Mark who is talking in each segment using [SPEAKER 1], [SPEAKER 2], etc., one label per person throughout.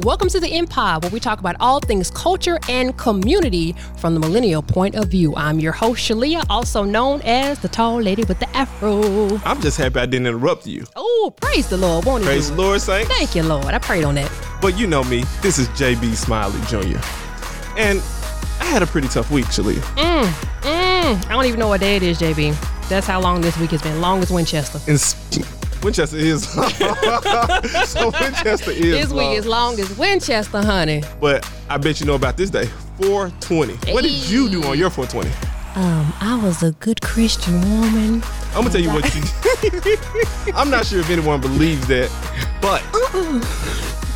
[SPEAKER 1] Welcome to the Empire, where we talk about all things culture and community from the millennial point of view. I'm your host, Shalia, also known as the tall lady with the afro.
[SPEAKER 2] I'm just happy I didn't interrupt you.
[SPEAKER 1] Oh, praise the Lord, won't
[SPEAKER 2] Praise
[SPEAKER 1] you?
[SPEAKER 2] the Lord, Saint.
[SPEAKER 1] Thank you, Lord. I prayed on that.
[SPEAKER 2] But you know me, this is JB Smiley Jr. And I had a pretty tough week, Shalia.
[SPEAKER 1] Mm, I don't even know what day it is, JB. That's how long this week has been. Long as Winchester.
[SPEAKER 2] And s- Winchester is. so Winchester is.
[SPEAKER 1] This week is long as Winchester, honey.
[SPEAKER 2] But I bet you know about this day 420. What did you do on your 420?
[SPEAKER 1] Um, I was a good Christian woman.
[SPEAKER 2] I'm gonna tell you what you. I'm not sure if anyone believes that, but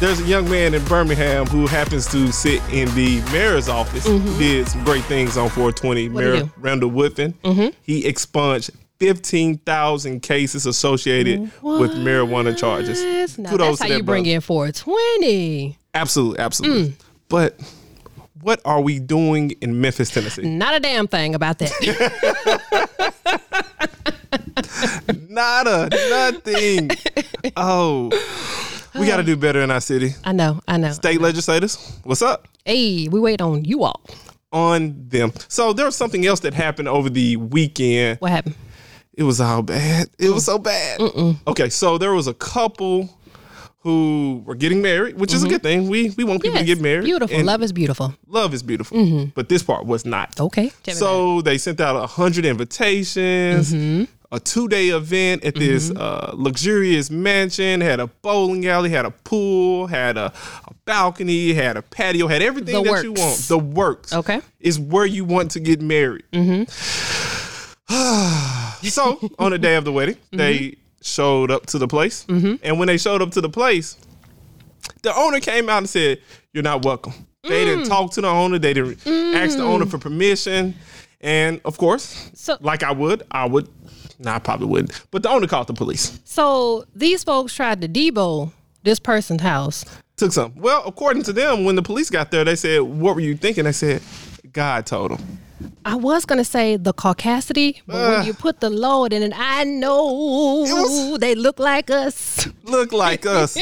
[SPEAKER 2] there's a young man in Birmingham who happens to sit in the mayor's office. Did some great things on 420.
[SPEAKER 1] Mm-hmm. he
[SPEAKER 2] Mayor
[SPEAKER 1] do? Mm-hmm.
[SPEAKER 2] Randall Woodfin. He expunged 15,000 cases associated with marijuana charges.
[SPEAKER 1] Now, that's
[SPEAKER 2] Kudos to
[SPEAKER 1] how
[SPEAKER 2] that
[SPEAKER 1] you bring Mm.
[SPEAKER 2] brother.
[SPEAKER 1] in 420.
[SPEAKER 2] Absolutely, absolutely. But what are we doing in Memphis, Tennessee?
[SPEAKER 1] Not a damn thing about that.
[SPEAKER 2] Nada, nothing. oh, we got to do better in our city.
[SPEAKER 1] I know, I know.
[SPEAKER 2] state legislators, what's up
[SPEAKER 1] Hey, we wait on you all.
[SPEAKER 2] on them? So there was something else that happened over the weekend.
[SPEAKER 1] What happened?
[SPEAKER 2] It was all bad. It was so bad. Okay, so there was a couple who were getting married, which is a good thing. We we want people to get married.
[SPEAKER 1] Beautiful.
[SPEAKER 2] and
[SPEAKER 1] Love is beautiful.
[SPEAKER 2] love is beautiful, but this part was not.
[SPEAKER 1] Okay. Tell me about it. Mm-hmm.
[SPEAKER 2] So they sent out a hundred invitations. A two-day event at this uh, luxurious mansion had a bowling alley, had a pool, had a, a balcony, had a patio, had everything
[SPEAKER 1] The
[SPEAKER 2] that you
[SPEAKER 1] works.
[SPEAKER 2] want. The works,
[SPEAKER 1] Okay. Mm-hmm.
[SPEAKER 2] is where you want to get married. so on the day of the wedding,
[SPEAKER 1] Mm-hmm.
[SPEAKER 2] they showed up to the place, and when they showed up to the place, the owner came out and said, "You're not welcome." They didn't
[SPEAKER 1] Mm.
[SPEAKER 2] talk to the owner. They didn't ask the owner for permission. And of course,
[SPEAKER 1] So-
[SPEAKER 2] like I would, I would. Nah, I probably wouldn't. But the owner called the police.
[SPEAKER 1] So these folks tried to debo this person's house.
[SPEAKER 2] Took some. Well, according to them, when the police got there, they said, "What were you thinking?" They said, "God told them."
[SPEAKER 1] I was gonna say the caucasity, but when you put the Lord in it, I know
[SPEAKER 2] was-
[SPEAKER 1] they look like us.
[SPEAKER 2] Look like us.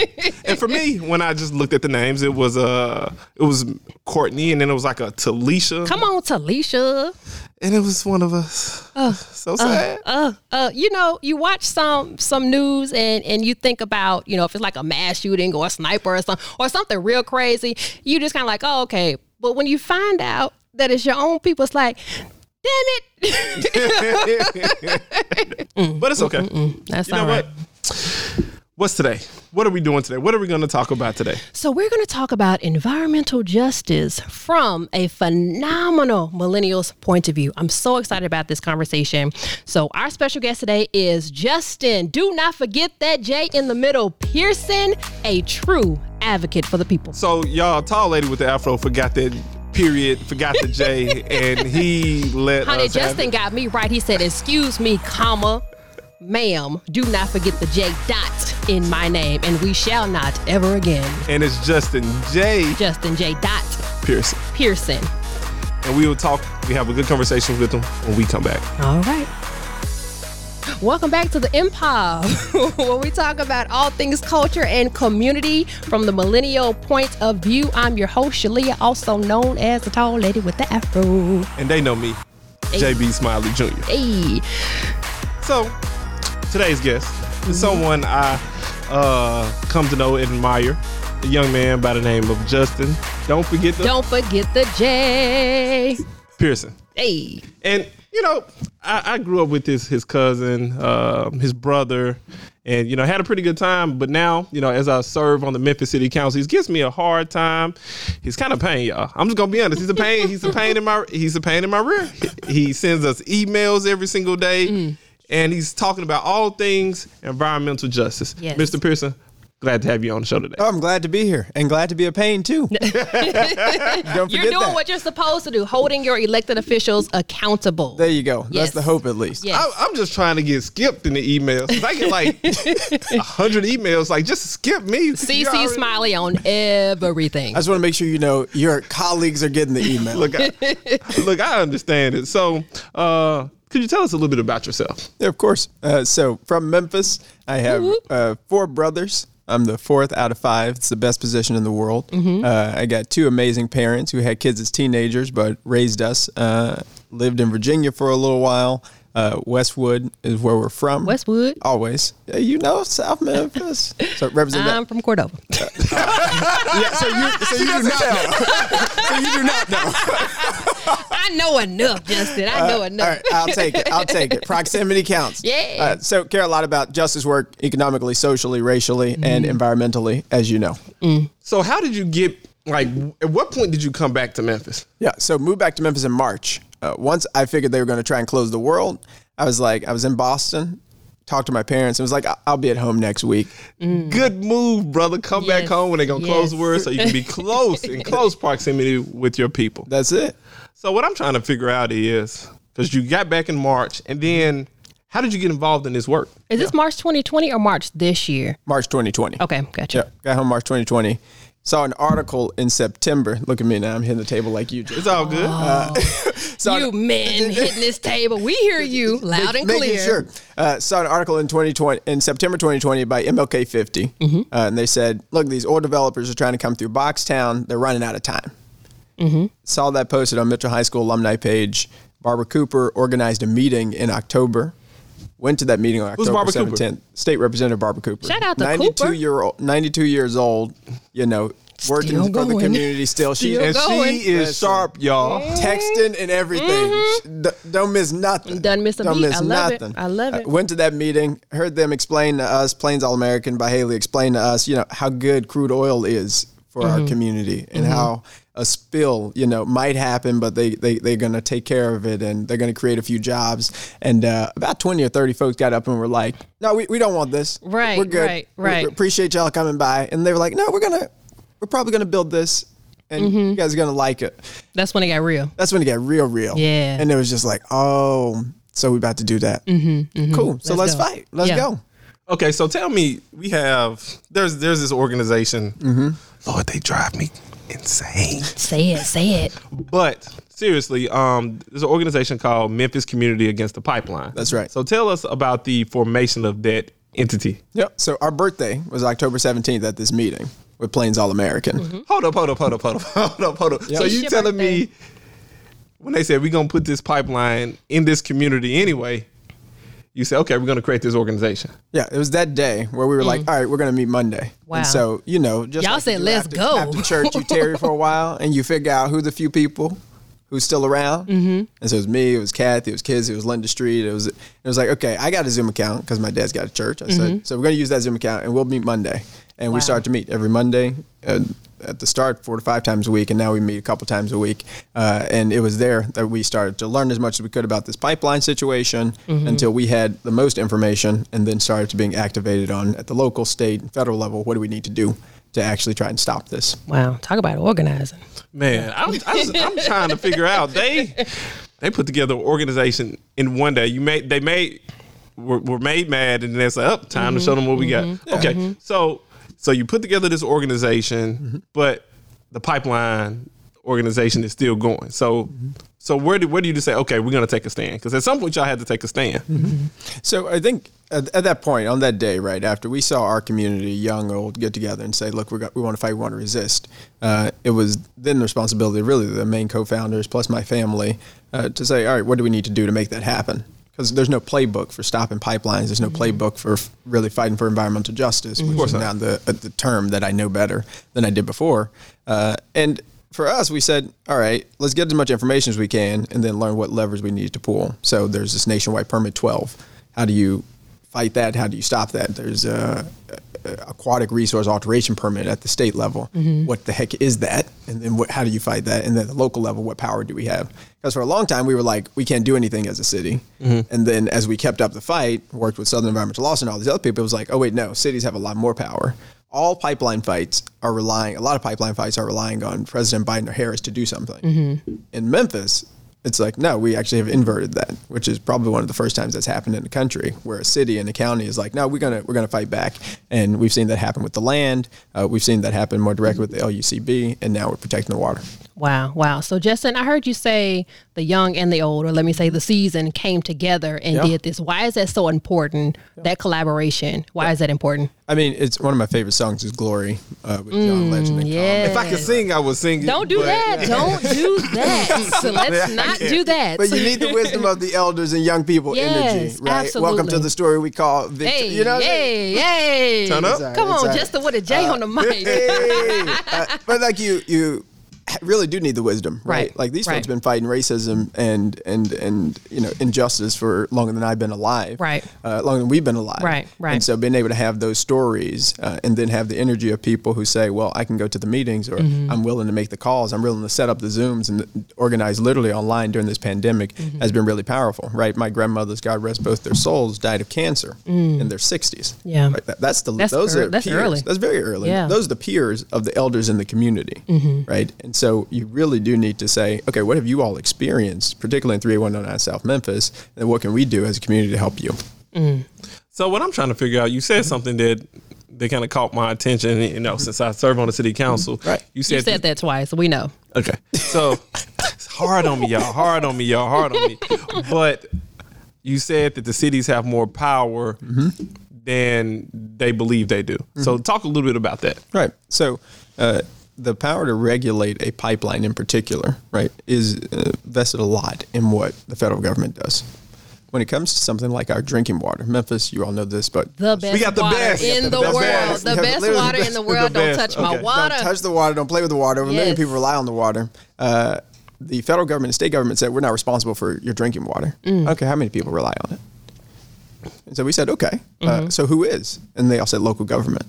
[SPEAKER 2] and for me, when I just looked at the names, it was uh, it was Courtney, and then it was like a Talisha,
[SPEAKER 1] Come on, Talisha.
[SPEAKER 2] and it was one of us. so sad.
[SPEAKER 1] Oh. uh, uh, you know, you watch some some news and and you think about you know if it's like a mass shooting or a sniper or something or something real crazy, you just kind of like, oh okay. But when you find out that it's your own people, it's like, damn it.
[SPEAKER 2] but it's okay.
[SPEAKER 1] That's
[SPEAKER 2] You know
[SPEAKER 1] all right.
[SPEAKER 2] what? What's today? What are we doing today? What are we going to talk about today?
[SPEAKER 1] So we're going to talk about environmental justice from a phenomenal millennials point of view. I'm so excited about this conversation. So our special guest today is Justin. Do not forget that J in the middle, Pearson, a true advocate for the people.
[SPEAKER 2] So y'all, tall lady with the afro forgot that period, forgot the J, and he let
[SPEAKER 1] Honey,
[SPEAKER 2] us have
[SPEAKER 1] Justin
[SPEAKER 2] it.
[SPEAKER 1] got me right. He said, "Excuse me, comma, ma'am. Do not forget the J dot in my name, and we shall not ever again."
[SPEAKER 2] and it's Justin J
[SPEAKER 1] Justin J dot
[SPEAKER 2] Pearson,
[SPEAKER 1] Pearson.
[SPEAKER 2] and we will talk. We have a good conversation with him when we come back.
[SPEAKER 1] All right. Welcome back to the Empire, where we talk about all things culture and community from the millennial point of view. I'm your host, Shalia, also known as the tall lady with the afro.
[SPEAKER 2] And they know me, JB Smiley Jr.
[SPEAKER 1] Hey,
[SPEAKER 2] So today's guest
[SPEAKER 1] Mm-hmm.
[SPEAKER 2] is someone I uh, come to know and admire, a young man by the name of Justin. Don't forget the
[SPEAKER 1] don't forget the J.
[SPEAKER 2] Pearson.
[SPEAKER 1] Hey.
[SPEAKER 2] and you know, I, I grew up with his his cousin, um, his brother, and you know had a pretty good time. But now, you know, as I serve on the Memphis City Council, he gives me a hard time. He's kind of pain, y'all. I'm just gonna be honest. He's a pain. He's a pain in my. He's a pain in my rear. He sends us emails every single day,
[SPEAKER 1] Mm.
[SPEAKER 2] and he's talking about all things environmental justice.
[SPEAKER 1] Yes.
[SPEAKER 2] Mr. Pearson, glad to have you on the show today.
[SPEAKER 3] Oh, I'm glad to be here and glad to be a pain too. Don't forget
[SPEAKER 1] You're doing
[SPEAKER 3] that.
[SPEAKER 1] what you're supposed to do, holding your elected officials accountable.
[SPEAKER 3] there you go.
[SPEAKER 1] Yes.
[SPEAKER 3] That's the hope, at least.
[SPEAKER 1] yes.
[SPEAKER 2] I, I'm just trying to get skipped in the emails. 'Cause I get like a hundred emails. Like, just skip me. You
[SPEAKER 1] CC
[SPEAKER 2] already-
[SPEAKER 1] Smiley on everything.
[SPEAKER 3] I just want to make sure you know your colleagues are getting the email.
[SPEAKER 2] Look, I, look, I understand it. So, uh, could you tell us a little bit about yourself?
[SPEAKER 3] Yeah, of course. Uh, so from Memphis, I have
[SPEAKER 1] Whoop, whoop.
[SPEAKER 3] uh, four brothers I'm the fourth out of five. It's the best position in the world.
[SPEAKER 1] Mm-hmm.
[SPEAKER 3] Uh, I got two amazing parents who had kids as teenagers, but raised us. Uh, lived in Virginia for a little while. Uh, Westwood is where we're from.
[SPEAKER 1] Westwood.
[SPEAKER 3] Always. Yeah, you know, South Memphis. So represent
[SPEAKER 1] I'm from Cordova.
[SPEAKER 3] that. Yeah, so you, so you do not know. so you do not know.
[SPEAKER 1] I know enough, Justin. Oh, I know enough.
[SPEAKER 3] All right, I'll take it. I'll take it. Proximity counts.
[SPEAKER 1] Yeah.
[SPEAKER 3] Uh, so care a lot about justice work economically, socially, racially, and
[SPEAKER 1] Mm-hmm.
[SPEAKER 3] environmentally, as you know.
[SPEAKER 2] So how did you get like? At what point did you come back to Memphis?
[SPEAKER 3] Yeah. So moved back to Memphis in March. Uh, once I figured they were going to try and close the world, I was like, I was in Boston, talked to my parents, and was like, I- I'll be at home next week.
[SPEAKER 2] Good move, brother. Come back
[SPEAKER 1] Mm. Yes.
[SPEAKER 2] home when they're gonna close the
[SPEAKER 1] Yes.
[SPEAKER 2] word, so you can be close in close proximity with your people.
[SPEAKER 3] That's it.
[SPEAKER 2] So what I'm trying to figure out is because you got back in March, and then how did you get involved in this work?
[SPEAKER 1] Is this March 2020 or March this year?
[SPEAKER 3] March 2020.
[SPEAKER 1] Okay, gotcha.
[SPEAKER 3] Yeah, got home March 2020. Saw an article in September. Look at me now. I'm hitting the table like you just.
[SPEAKER 2] It's all good.
[SPEAKER 1] Oh,
[SPEAKER 3] Saw
[SPEAKER 1] You men hitting this table. We hear you loud and
[SPEAKER 3] Making
[SPEAKER 1] clear.
[SPEAKER 3] sure. Uh, saw an article in 2020 in September 2020 by MLK 50,
[SPEAKER 1] Mm-hmm.
[SPEAKER 3] uh, and they said, "Look, these oil developers are trying to come through Boxtown. They're running out of time."
[SPEAKER 1] Mm-hmm.
[SPEAKER 3] Saw that posted on Mitchell High School alumni page. Barbara Cooper organized a meeting in October. Went to that meeting on
[SPEAKER 2] Who's
[SPEAKER 3] October
[SPEAKER 2] Barbara Cooper?
[SPEAKER 3] 17th. State Representative Barbara Cooper.
[SPEAKER 1] Shout out to
[SPEAKER 3] 92
[SPEAKER 1] Cooper.
[SPEAKER 3] year old, 92 years old. You know, working
[SPEAKER 1] Still
[SPEAKER 3] for the
[SPEAKER 1] going.
[SPEAKER 3] community still. She's
[SPEAKER 1] Still
[SPEAKER 2] and
[SPEAKER 1] going.
[SPEAKER 2] she is
[SPEAKER 3] Listen.
[SPEAKER 2] sharp, y'all.
[SPEAKER 1] Mm-hmm.
[SPEAKER 3] texting and everything. D- don't miss nothing.
[SPEAKER 1] Don't Mm-hmm. miss a beat. I love it. I love it.
[SPEAKER 3] went to that meeting, heard them explain to us, Plains All American by Haley explain to us, you know, how good crude oil is for
[SPEAKER 1] Mm-hmm.
[SPEAKER 3] our community and how a spill, you know, might happen, but they, they, they're going to take care of it and they're going to create a few jobs. And uh, about 20 or 30 folks got up and were like, no, we, we don't want this.
[SPEAKER 1] Right,
[SPEAKER 3] We're good.
[SPEAKER 1] right,
[SPEAKER 3] We-
[SPEAKER 1] right.
[SPEAKER 3] we appreciate y'all coming by. And they were like, no, we're going to, we're probably going to build this and
[SPEAKER 1] Mm-hmm.
[SPEAKER 3] you guys are going to like it
[SPEAKER 1] That's when it got real.
[SPEAKER 3] that's when it got real, real.
[SPEAKER 1] Yeah.
[SPEAKER 3] And it was just like, oh, so we about to do that. Mm-hmm, Cool. So
[SPEAKER 1] Let's
[SPEAKER 3] let's,
[SPEAKER 1] go.
[SPEAKER 3] fight. Let's
[SPEAKER 1] Yeah.
[SPEAKER 3] go.
[SPEAKER 2] Okay, so tell me, we have there's there's this organization. Lord, they drive me insane.
[SPEAKER 1] Say it, say it.
[SPEAKER 2] But seriously, um, there's an organization called Memphis Community Against the Pipeline.
[SPEAKER 3] That's right.
[SPEAKER 2] So tell us about the formation of that entity.
[SPEAKER 3] Yep. So our birthday was October 17th at this meeting with Plains All American.
[SPEAKER 1] Mm-hmm.
[SPEAKER 2] Hold up, hold up, hold up, hold up, hold up, hold up. So
[SPEAKER 1] It's
[SPEAKER 2] you
[SPEAKER 1] your
[SPEAKER 2] telling me
[SPEAKER 1] birthday.
[SPEAKER 2] when they said we're gonna put this pipeline in this community anyway, you said, okay, we're gonna create this organization.
[SPEAKER 3] Yeah, it was that day where we were like, all right, we're going to meet Monday.
[SPEAKER 1] Mm. Wow.
[SPEAKER 3] And so, you know, just
[SPEAKER 1] Y'all
[SPEAKER 3] like you
[SPEAKER 1] said,
[SPEAKER 3] do
[SPEAKER 1] "Let's
[SPEAKER 3] after-
[SPEAKER 1] go."
[SPEAKER 3] After church, you tarry for a while and you figure out who the few people who's still around. Mm-hmm. And so it was me, it was Kathy, it was Kids, it was Linda Street. It was, it was like, okay, I got a Zoom account because my dad's got a church. I said, so we're going to use that Zoom account and we'll meet Monday. And we start to meet every Monday uh, at the start, four to five times a week. And now we meet a couple times a week. Uh, and it was there that we started to learn as much as we could about this pipeline situation until we had the most information and then started to being activated on at the local, state, and federal level. What do we need to do to actually try and stop this?
[SPEAKER 1] Wow, talk about organizing.
[SPEAKER 2] Man, I'm, I'm, I'm trying to figure out they they put together an organization in one day. You made they made were, were made mad, and then it's like, oh, time to show them what we got. Okay, so so you put together this organization, but the pipeline organization is still going. So so where do where do you just say, okay, we're gonna take a stand? Because at some point y'all had to take a stand.
[SPEAKER 3] So I think at, at that point, on that day, right after we saw our community, young, old, get together and say, "Look, we got, we want to fight, we want to resist." Uh, it was then the responsibility, of really, the main co-founders plus my family, uh, to say, "All right, what do we need to do to make that happen?" Because there's no playbook for stopping pipelines. There's no playbook for f- really fighting for environmental justice, which is now the uh, the term that I know better than I did before. Uh, and for us, we said, all right, let's get as much information as we can and then learn what levers we need to pull. So there's this nationwide permit 12. How do you fight that? How do you stop that? There's a, a- a aquatic resource alteration permit at the state level. What the heck is that? And then what, how do you fight that? And then the local level, what power do we have? Because for a long time we were like, we can't do anything as a city. And then as we kept up the fight, worked with Southern Environmental Law and all these other people, it was like, oh wait, no, cities have a lot more power all pipeline fights are relying a lot of pipeline fights are relying on president biden or harris to do something in memphis it's like no we actually have inverted that which is probably one of the first times that's happened in the country where a city and a county is like no we're gonna we're gonna fight back and we've seen that happen with the land uh, we've seen that happen more directly with the lucb and now we're protecting the water
[SPEAKER 1] Wow, wow. So Justin, I heard you say the young and the old, or let me say the season, came together and
[SPEAKER 3] Yeah.
[SPEAKER 1] did this. Why is that so important? That collaboration. Why is that important?
[SPEAKER 3] I mean, it's one of my favorite songs is "Glory" uh, with
[SPEAKER 1] Mm,
[SPEAKER 3] John Legend. And
[SPEAKER 1] yeah.
[SPEAKER 3] Common.
[SPEAKER 2] If I could sing, I would sing. it,
[SPEAKER 1] Don't do
[SPEAKER 2] but-
[SPEAKER 1] that. Don't do that. so let's not do that.
[SPEAKER 3] But you need the wisdom of the elders and young people
[SPEAKER 1] Yes,
[SPEAKER 3] energy, right? Welcome
[SPEAKER 1] absolutely.
[SPEAKER 3] to the story we call Victor.
[SPEAKER 1] hey,
[SPEAKER 3] you know, what I mean?
[SPEAKER 1] yay, yay.
[SPEAKER 2] Turn up.
[SPEAKER 1] Come
[SPEAKER 3] It's
[SPEAKER 1] on,
[SPEAKER 3] all right.
[SPEAKER 1] just the, with a J
[SPEAKER 3] Uh,
[SPEAKER 1] on the mic.
[SPEAKER 3] Hey. Uh, but like you, you really do need the wisdom, right?
[SPEAKER 1] Right,
[SPEAKER 3] Like these
[SPEAKER 1] right.
[SPEAKER 3] folks been fighting racism and and and you know injustice for longer than I've been alive,
[SPEAKER 1] Right.
[SPEAKER 3] Uh, longer than we've been alive,
[SPEAKER 1] Right, right.
[SPEAKER 3] And so being able to have those stories uh, and then have the energy of people who say, "Well, I can go to the meetings, or
[SPEAKER 1] Mm-hmm.
[SPEAKER 3] I'm willing to make the calls, I'm willing to set up the zooms and organize literally online during this pandemic,"
[SPEAKER 1] Mm-hmm.
[SPEAKER 3] has been really powerful, right? My grandmothers, God rest both their souls, died of cancer in their 60s.
[SPEAKER 1] Mm. Yeah.
[SPEAKER 3] Right? That- that's the
[SPEAKER 1] That's
[SPEAKER 3] those
[SPEAKER 1] ear-
[SPEAKER 3] are
[SPEAKER 1] that's
[SPEAKER 3] peers.
[SPEAKER 1] early.
[SPEAKER 3] That's very early.
[SPEAKER 1] Yeah. Mm-hmm.
[SPEAKER 3] Those are the peers of the elders in the community, right? And so you really do need to say, okay, what have you all experienced, particularly in 38109 South Memphis, and what can we do as a community to help you?
[SPEAKER 2] So what I'm trying to figure out, you said something that that kind of caught my attention. You know, since I serve on the city council,
[SPEAKER 3] Right.
[SPEAKER 2] You said,
[SPEAKER 1] You said that twice. We know.
[SPEAKER 2] Okay. So it's hard on me, y'all. Hard on me, y'all. Hard on me. But you said that the cities have more power Mm-hmm. than they believe they do. So talk a little bit about that.
[SPEAKER 3] Right. So uh, the power to regulate a pipeline in particular, right, is uh, vested a lot in what the federal government does. When it comes to something like our drinking water, Memphis, you all know this, but
[SPEAKER 1] The best
[SPEAKER 2] got the
[SPEAKER 1] water
[SPEAKER 2] best. We got
[SPEAKER 1] in the,
[SPEAKER 2] the best.
[SPEAKER 1] world.
[SPEAKER 2] Best.
[SPEAKER 1] The
[SPEAKER 3] We have
[SPEAKER 1] best
[SPEAKER 3] literally the
[SPEAKER 1] water in
[SPEAKER 3] best.
[SPEAKER 1] the world. Don't
[SPEAKER 2] best.
[SPEAKER 1] touch my
[SPEAKER 2] Okay.
[SPEAKER 1] water.
[SPEAKER 3] Don't touch the water. Don't play with the water. A
[SPEAKER 1] Yes.
[SPEAKER 3] million people rely on the water. Uh, the federal government and state government said we're not responsible for your drinking water. Okay, how many people rely on it? And so we said, okay, uh, so who is? And they all said local government.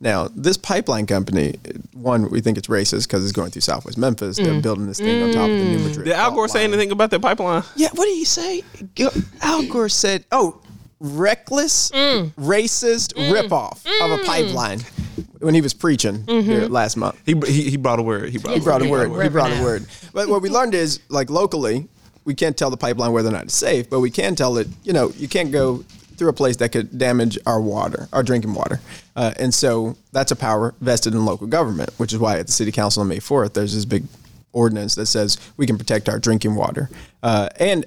[SPEAKER 3] Now, this pipeline company, one, we think it's racist because it's going through Southwest Memphis. They're building this thing on top of the New Madrid.
[SPEAKER 2] Did Al
[SPEAKER 3] fault
[SPEAKER 2] Gore say
[SPEAKER 3] line.
[SPEAKER 2] anything about that pipeline?
[SPEAKER 3] Yeah, what did he say? Go- Al Gore said, "Oh, reckless, racist ripoff of a pipeline." When he was preaching here last month,
[SPEAKER 2] He, he, he brought a word. He brought,
[SPEAKER 1] Yes,
[SPEAKER 3] he brought a word. He
[SPEAKER 1] Reverend
[SPEAKER 3] brought
[SPEAKER 1] Al.
[SPEAKER 3] a word. But what we learned is, like locally, we can't tell the pipeline whether or not it's safe, but we can tell it. You know, you can't go through a place that could damage our water, our drinking water, uh, and so that's a power vested in local government, which is why at the city council on May fourth, there's this big ordinance that says we can protect our drinking water uh, and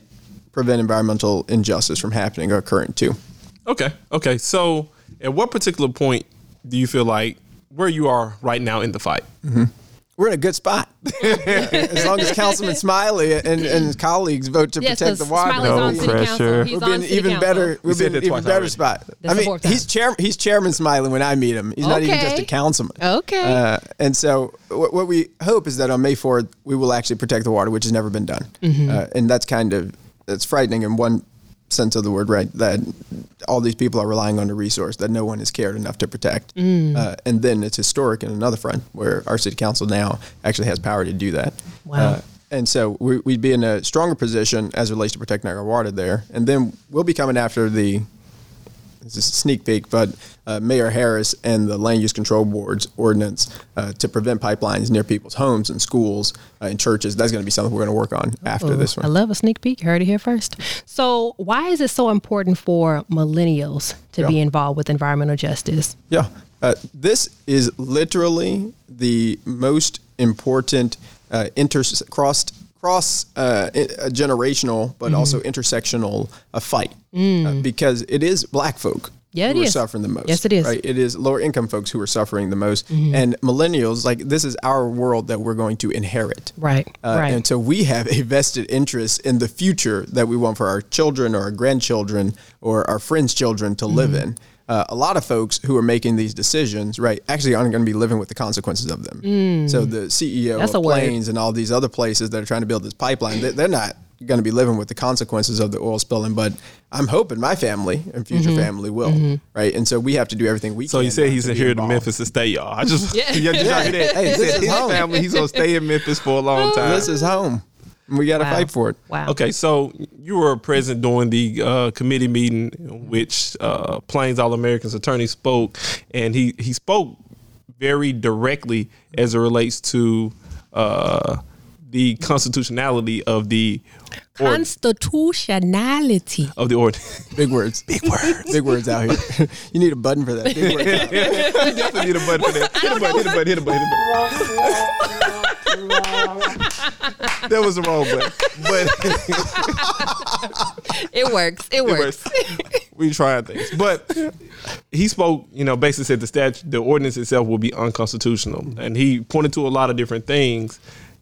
[SPEAKER 3] prevent environmental injustice from happening or occurring too.
[SPEAKER 2] Okay. Okay. So at what particular point do you feel like where you are right now in the fight?
[SPEAKER 3] We're in a good spot. as long as Councilman Smiley and, and his colleagues vote to
[SPEAKER 1] Yes,
[SPEAKER 3] protect
[SPEAKER 1] the
[SPEAKER 3] the water.
[SPEAKER 1] Smiley's
[SPEAKER 2] No
[SPEAKER 1] on city council.
[SPEAKER 2] pressure.
[SPEAKER 1] He's
[SPEAKER 3] We'll
[SPEAKER 1] on
[SPEAKER 3] be in
[SPEAKER 1] city
[SPEAKER 3] even
[SPEAKER 1] council.
[SPEAKER 3] better. We'll be
[SPEAKER 2] said
[SPEAKER 3] in
[SPEAKER 2] that
[SPEAKER 3] an even
[SPEAKER 2] twice
[SPEAKER 3] better
[SPEAKER 2] already.
[SPEAKER 3] spot.
[SPEAKER 1] That's
[SPEAKER 3] I
[SPEAKER 1] the
[SPEAKER 3] mean,
[SPEAKER 1] fourth
[SPEAKER 3] he's chair. He's chairman Smiley when I meet him. He's not even just
[SPEAKER 1] Okay.
[SPEAKER 3] a councilman.
[SPEAKER 1] Okay.
[SPEAKER 3] Uh, and so, what, what we hope is that on May fourth, we will actually protect the water, which has never been done. Uh, and that's kind of that's frightening in one sense of the word, right? That all these people are relying on a resource that no one has cared enough to protect. Uh, and then it's historic in another front where our city council now actually has power to do that. Uh,
[SPEAKER 1] Wow.
[SPEAKER 3] And so we, we'd be in a stronger position as it relates to protecting our water there. And then we'll be coming after the, this is a sneak peek, but uh, Mayor Harris and the Land Use Control Board's ordinance uh, to prevent pipelines near people's homes and schools uh, and churches. That's going to be something we're going to work on after
[SPEAKER 1] Ooh,
[SPEAKER 3] this
[SPEAKER 1] Oh, I
[SPEAKER 3] one.
[SPEAKER 1] love a sneak peek. You Heard it here first. So, why is it so important for millennials to
[SPEAKER 3] Yeah.
[SPEAKER 1] be involved with environmental justice?
[SPEAKER 3] Yeah. Uh, this is literally the most important uh, inter- cross cross uh, i- uh, generational, but
[SPEAKER 1] Mm-hmm.
[SPEAKER 3] also intersectional uh, fight uh, because it is Black folk
[SPEAKER 1] Mm. Yeah, it
[SPEAKER 3] who
[SPEAKER 1] is.
[SPEAKER 3] are suffering the most.
[SPEAKER 1] Yes, it is. Mm-hmm.
[SPEAKER 3] Right? It is lower income folks who are suffering the most, and millennials. Like this is our world that we're going to inherit.
[SPEAKER 1] Right,
[SPEAKER 3] Uh,
[SPEAKER 1] right.
[SPEAKER 3] And so we have a vested interest in the future that we want for our children or our grandchildren or our friends' children to live
[SPEAKER 1] Mm-hmm.
[SPEAKER 3] in. Uh, a lot of folks who are making these decisions, right, actually aren't going to be living with the consequences of them. So the CEO
[SPEAKER 1] Mm. That's a
[SPEAKER 3] of
[SPEAKER 1] word.
[SPEAKER 3] Plains and all these other places that are trying to build this pipeline, they, they're not going to be living with the consequences of the oil spilling. But I'm hoping my family and future
[SPEAKER 1] Mm-hmm.
[SPEAKER 3] family will, right? And so we have to do everything we
[SPEAKER 2] So
[SPEAKER 3] can.
[SPEAKER 2] you said
[SPEAKER 3] not
[SPEAKER 2] he's
[SPEAKER 3] to be
[SPEAKER 2] here to
[SPEAKER 3] involved.
[SPEAKER 2] Memphis to stay, y'all. I just
[SPEAKER 1] Yeah.
[SPEAKER 2] yeah, yeah, just
[SPEAKER 3] Yeah.
[SPEAKER 2] heard that. He
[SPEAKER 3] Hey, this
[SPEAKER 2] said
[SPEAKER 3] is
[SPEAKER 2] his
[SPEAKER 3] home.
[SPEAKER 2] family. He's gonna stay in Memphis for a long time.
[SPEAKER 3] This is home. and We got to
[SPEAKER 1] Wow.
[SPEAKER 3] fight for it.
[SPEAKER 1] Wow.
[SPEAKER 2] Okay, so you were present during the uh, committee meeting, in which uh, Plains All Americans attorney spoke, and he he spoke very directly as it relates to uh, the constitutionality of the or,
[SPEAKER 1] Constitutionality.
[SPEAKER 2] of the ordinance.
[SPEAKER 3] Big words. Big words. Big words out here. you need a button for that. Big words out.
[SPEAKER 2] you definitely need a button for that. Hit a button, hit a button, hit a button, hit a button. that was the wrong button. But
[SPEAKER 1] It works. It works.
[SPEAKER 2] we try things. But he spoke, you know, basically said the statute, the ordinance itself will be unconstitutional, and he pointed to a lot of different things.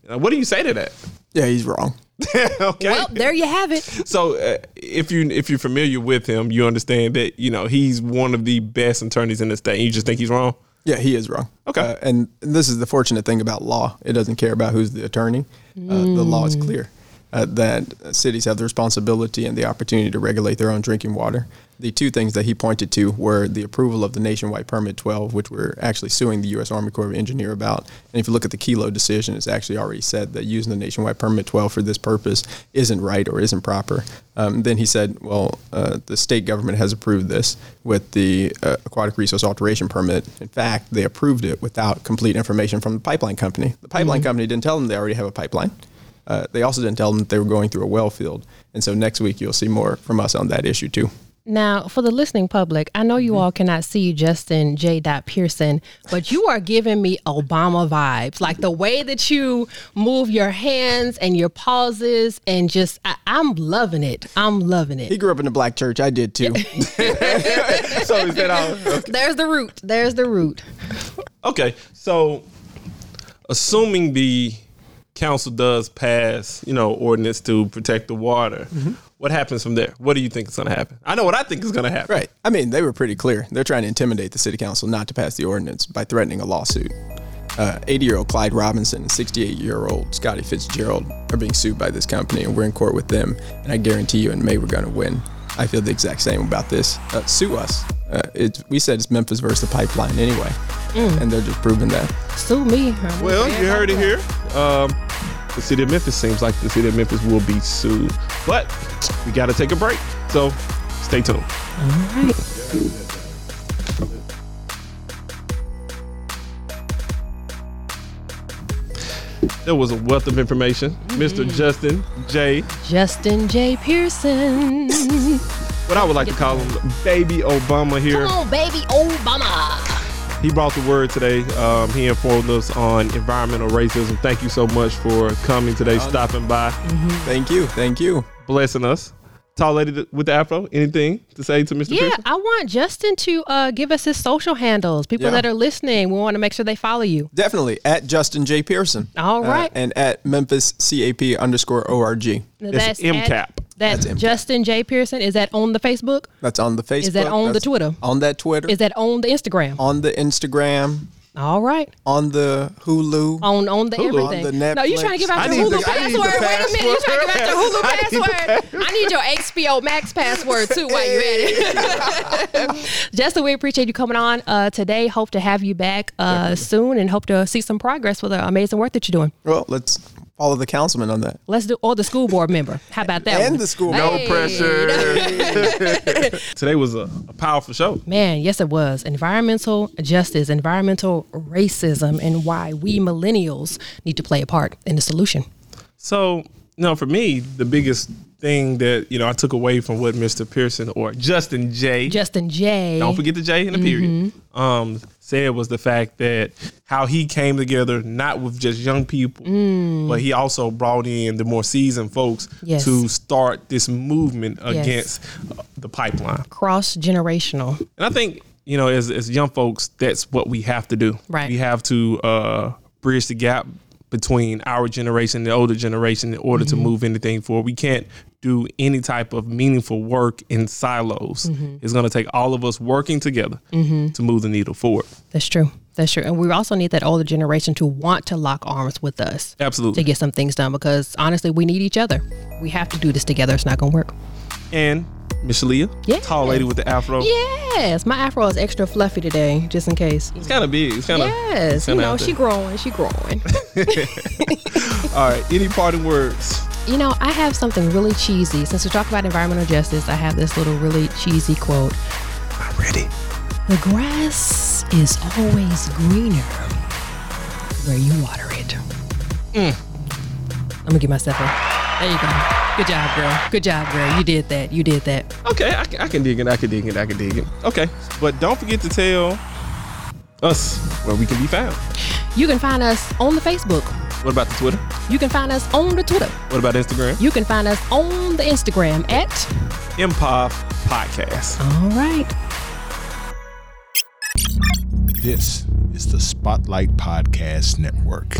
[SPEAKER 2] Uh, what do you say to that?
[SPEAKER 3] Yeah, he's wrong.
[SPEAKER 2] okay.
[SPEAKER 1] Well, there you have it.
[SPEAKER 2] so uh, if you if you're familiar with him, you understand that you know he's one of the best attorneys in the state. You just think he's wrong.
[SPEAKER 3] Yeah, he is wrong.
[SPEAKER 2] Okay.
[SPEAKER 3] Uh, and this is the fortunate thing about law. It doesn't care about who's the attorney. Uh, The law is clear uh, that uh, cities have the responsibility and the opportunity to regulate their own drinking water. The two things that he pointed to were the approval of the nationwide permit 12, which we're actually suing the U.S. Army Corps of Engineer about. And if you look at the Kelo decision, it's actually already said that using the nationwide permit 12 for this purpose isn't right or isn't proper. Um, then he said, well, uh, the state government has approved this with the uh, aquatic resource alteration permit. In fact, they approved it without complete information from the pipeline company. The pipeline company didn't tell them they already have a pipeline. Uh, they also didn't tell them that they were going through a well field. And so next week you'll see more from us on that issue too.
[SPEAKER 1] Now, for the listening public, I know
[SPEAKER 2] Mm-hmm.
[SPEAKER 1] you all cannot see Justin J. Dot Pearson, but you are giving me Obama vibes. Like the way that you move your hands and your pauses, and just, I, I'm loving it. I'm loving
[SPEAKER 3] He
[SPEAKER 1] it.
[SPEAKER 3] grew up in a black church. I did too.
[SPEAKER 2] So is that all? Okay.
[SPEAKER 1] There's the root. There's the root.
[SPEAKER 2] Okay, so assuming the council does pass, you know, ordinance to protect the water, what happens from there? What do you think is going to happen? I know what I think is going to happen.
[SPEAKER 3] Right. I mean, they were pretty clear. They're trying to intimidate the city council not to pass the ordinance by threatening a lawsuit. 80 year old Clyde Robinson and 68 year old Scotty Fitzgerald are being sued by this company, and we're in court with them. And I guarantee you, in May, we're going to win. I feel the exact same about this. Uh, sue us. Uh, it's we said it's Memphis versus the pipeline anyway,
[SPEAKER 1] Mm.
[SPEAKER 3] and they're just proving that.
[SPEAKER 1] Sue me.
[SPEAKER 2] Well, you heard it here. Um, the city of Memphis seems like the city of Memphis will be sued, but we got to take a break. So stay tuned. There was a wealth of information. Mr.
[SPEAKER 1] Mm.
[SPEAKER 2] Justin J.
[SPEAKER 1] Justin J. Pearson.
[SPEAKER 2] what I would like to call him Baby Obama here.
[SPEAKER 1] Come on, baby Obama.
[SPEAKER 2] He brought the word today. Um, he informed us on environmental racism. Thank you so much for coming today, stopping by,
[SPEAKER 3] Thank you, thank you.
[SPEAKER 2] blessing us. Tall lady th- with the afro, anything to say to Mr.
[SPEAKER 1] Yeah,
[SPEAKER 2] Pearson?
[SPEAKER 1] I want Justin to uh, give us his social handles. People
[SPEAKER 3] Yeah.
[SPEAKER 1] that are listening, we want to make sure they follow you.
[SPEAKER 3] Definitely at Justin J Pearson. Uh,
[SPEAKER 1] All right.
[SPEAKER 3] and at Memphis CAP underscore org.
[SPEAKER 1] That's at-
[SPEAKER 2] MCAP.
[SPEAKER 1] That's,
[SPEAKER 3] That's MCAP.
[SPEAKER 1] Justin J. Pearson. Is that on the Facebook?
[SPEAKER 3] That's on the Facebook.
[SPEAKER 1] that on the
[SPEAKER 3] that's
[SPEAKER 1] Twitter?
[SPEAKER 3] On that Twitter.
[SPEAKER 1] Is that on the Instagram?
[SPEAKER 3] on the Instagram,
[SPEAKER 1] All right.
[SPEAKER 3] on the Hulu.
[SPEAKER 1] On on the
[SPEAKER 3] Hulu.
[SPEAKER 1] everything.
[SPEAKER 3] On the
[SPEAKER 1] no, you
[SPEAKER 3] Netflix.
[SPEAKER 1] trying to give out
[SPEAKER 2] I
[SPEAKER 1] your
[SPEAKER 2] need
[SPEAKER 1] Hulu
[SPEAKER 2] the- I need the
[SPEAKER 1] password. Wait a minute. You trying to give out your Hulu
[SPEAKER 2] I need the
[SPEAKER 1] password. I need your HBO Max password too while you're at it. Justin, we appreciate you coming on uh, today. Hope to have you back uh, soon and hope to see some progress with the amazing work that you're doing.
[SPEAKER 3] Well, let's follow the councilman on that.
[SPEAKER 1] Let's do or the school board member. How about that?
[SPEAKER 3] And
[SPEAKER 1] one?
[SPEAKER 3] the school.
[SPEAKER 2] No
[SPEAKER 1] Hey.
[SPEAKER 2] pressure. today was a, a powerful show.
[SPEAKER 1] Man, yes, it was. Environmental justice, environmental racism, and why we millennials need to play a part in the solution.
[SPEAKER 2] So, you know, for me, the biggest thing that, you know, I took away from what Mr. Pearson or Justin J.
[SPEAKER 1] Justin J. Mm-hmm.
[SPEAKER 2] Don't forget the J in the period. Um, said was the fact that how he came together, not with just young people, but he also brought in the more seasoned folks
[SPEAKER 1] Mm. Yes.
[SPEAKER 2] to start this movement
[SPEAKER 1] Yes.
[SPEAKER 2] against uh, the pipeline.
[SPEAKER 1] Cross generational.
[SPEAKER 2] And I think you know, as as young folks, that's what we have to do.
[SPEAKER 1] Right.
[SPEAKER 2] We have to uh, bridge the gap between our generation and the older generation in order
[SPEAKER 1] Mm-hmm.
[SPEAKER 2] to move anything forward. We can't do any type of meaningful work in silos.
[SPEAKER 1] Mm-hmm.
[SPEAKER 2] It's going to take all of us working together to move the needle forward.
[SPEAKER 1] That's true. That's true. And we also need that older generation to want to lock arms with us
[SPEAKER 2] Absolutely.
[SPEAKER 1] to get some things done because honestly, we need each other. We have to do this together. It's not going to work.
[SPEAKER 2] And Miss Leah,
[SPEAKER 1] Yes.
[SPEAKER 2] tall lady with the afro.
[SPEAKER 1] Yes. My afro is extra fluffy today, just in case.
[SPEAKER 2] It's kind of big. It's kind of
[SPEAKER 1] Yes. You know, she growing. She growing.
[SPEAKER 2] All right. Any parting words?
[SPEAKER 1] You know, I have something really cheesy. Since we talk about environmental justice, I have this little really cheesy quote.
[SPEAKER 2] I'm ready.
[SPEAKER 1] The grass is Mm. always greener where you water it. I'm gonna give myself a. There you go. Good job, girl. Good job, girl. You did that. You did that.
[SPEAKER 2] Okay, I, can- I can dig it. I can dig it. I can dig it. Okay, but don't forget to tell us where we can be found.
[SPEAKER 1] You can find us on the Facebook.
[SPEAKER 2] What about the Twitter?
[SPEAKER 1] You can find us on the Twitter.
[SPEAKER 2] What about Instagram?
[SPEAKER 1] You can find us on the Instagram at.
[SPEAKER 2] Improv Podcast.
[SPEAKER 1] All right.
[SPEAKER 4] This is the Spotlight Podcast Network.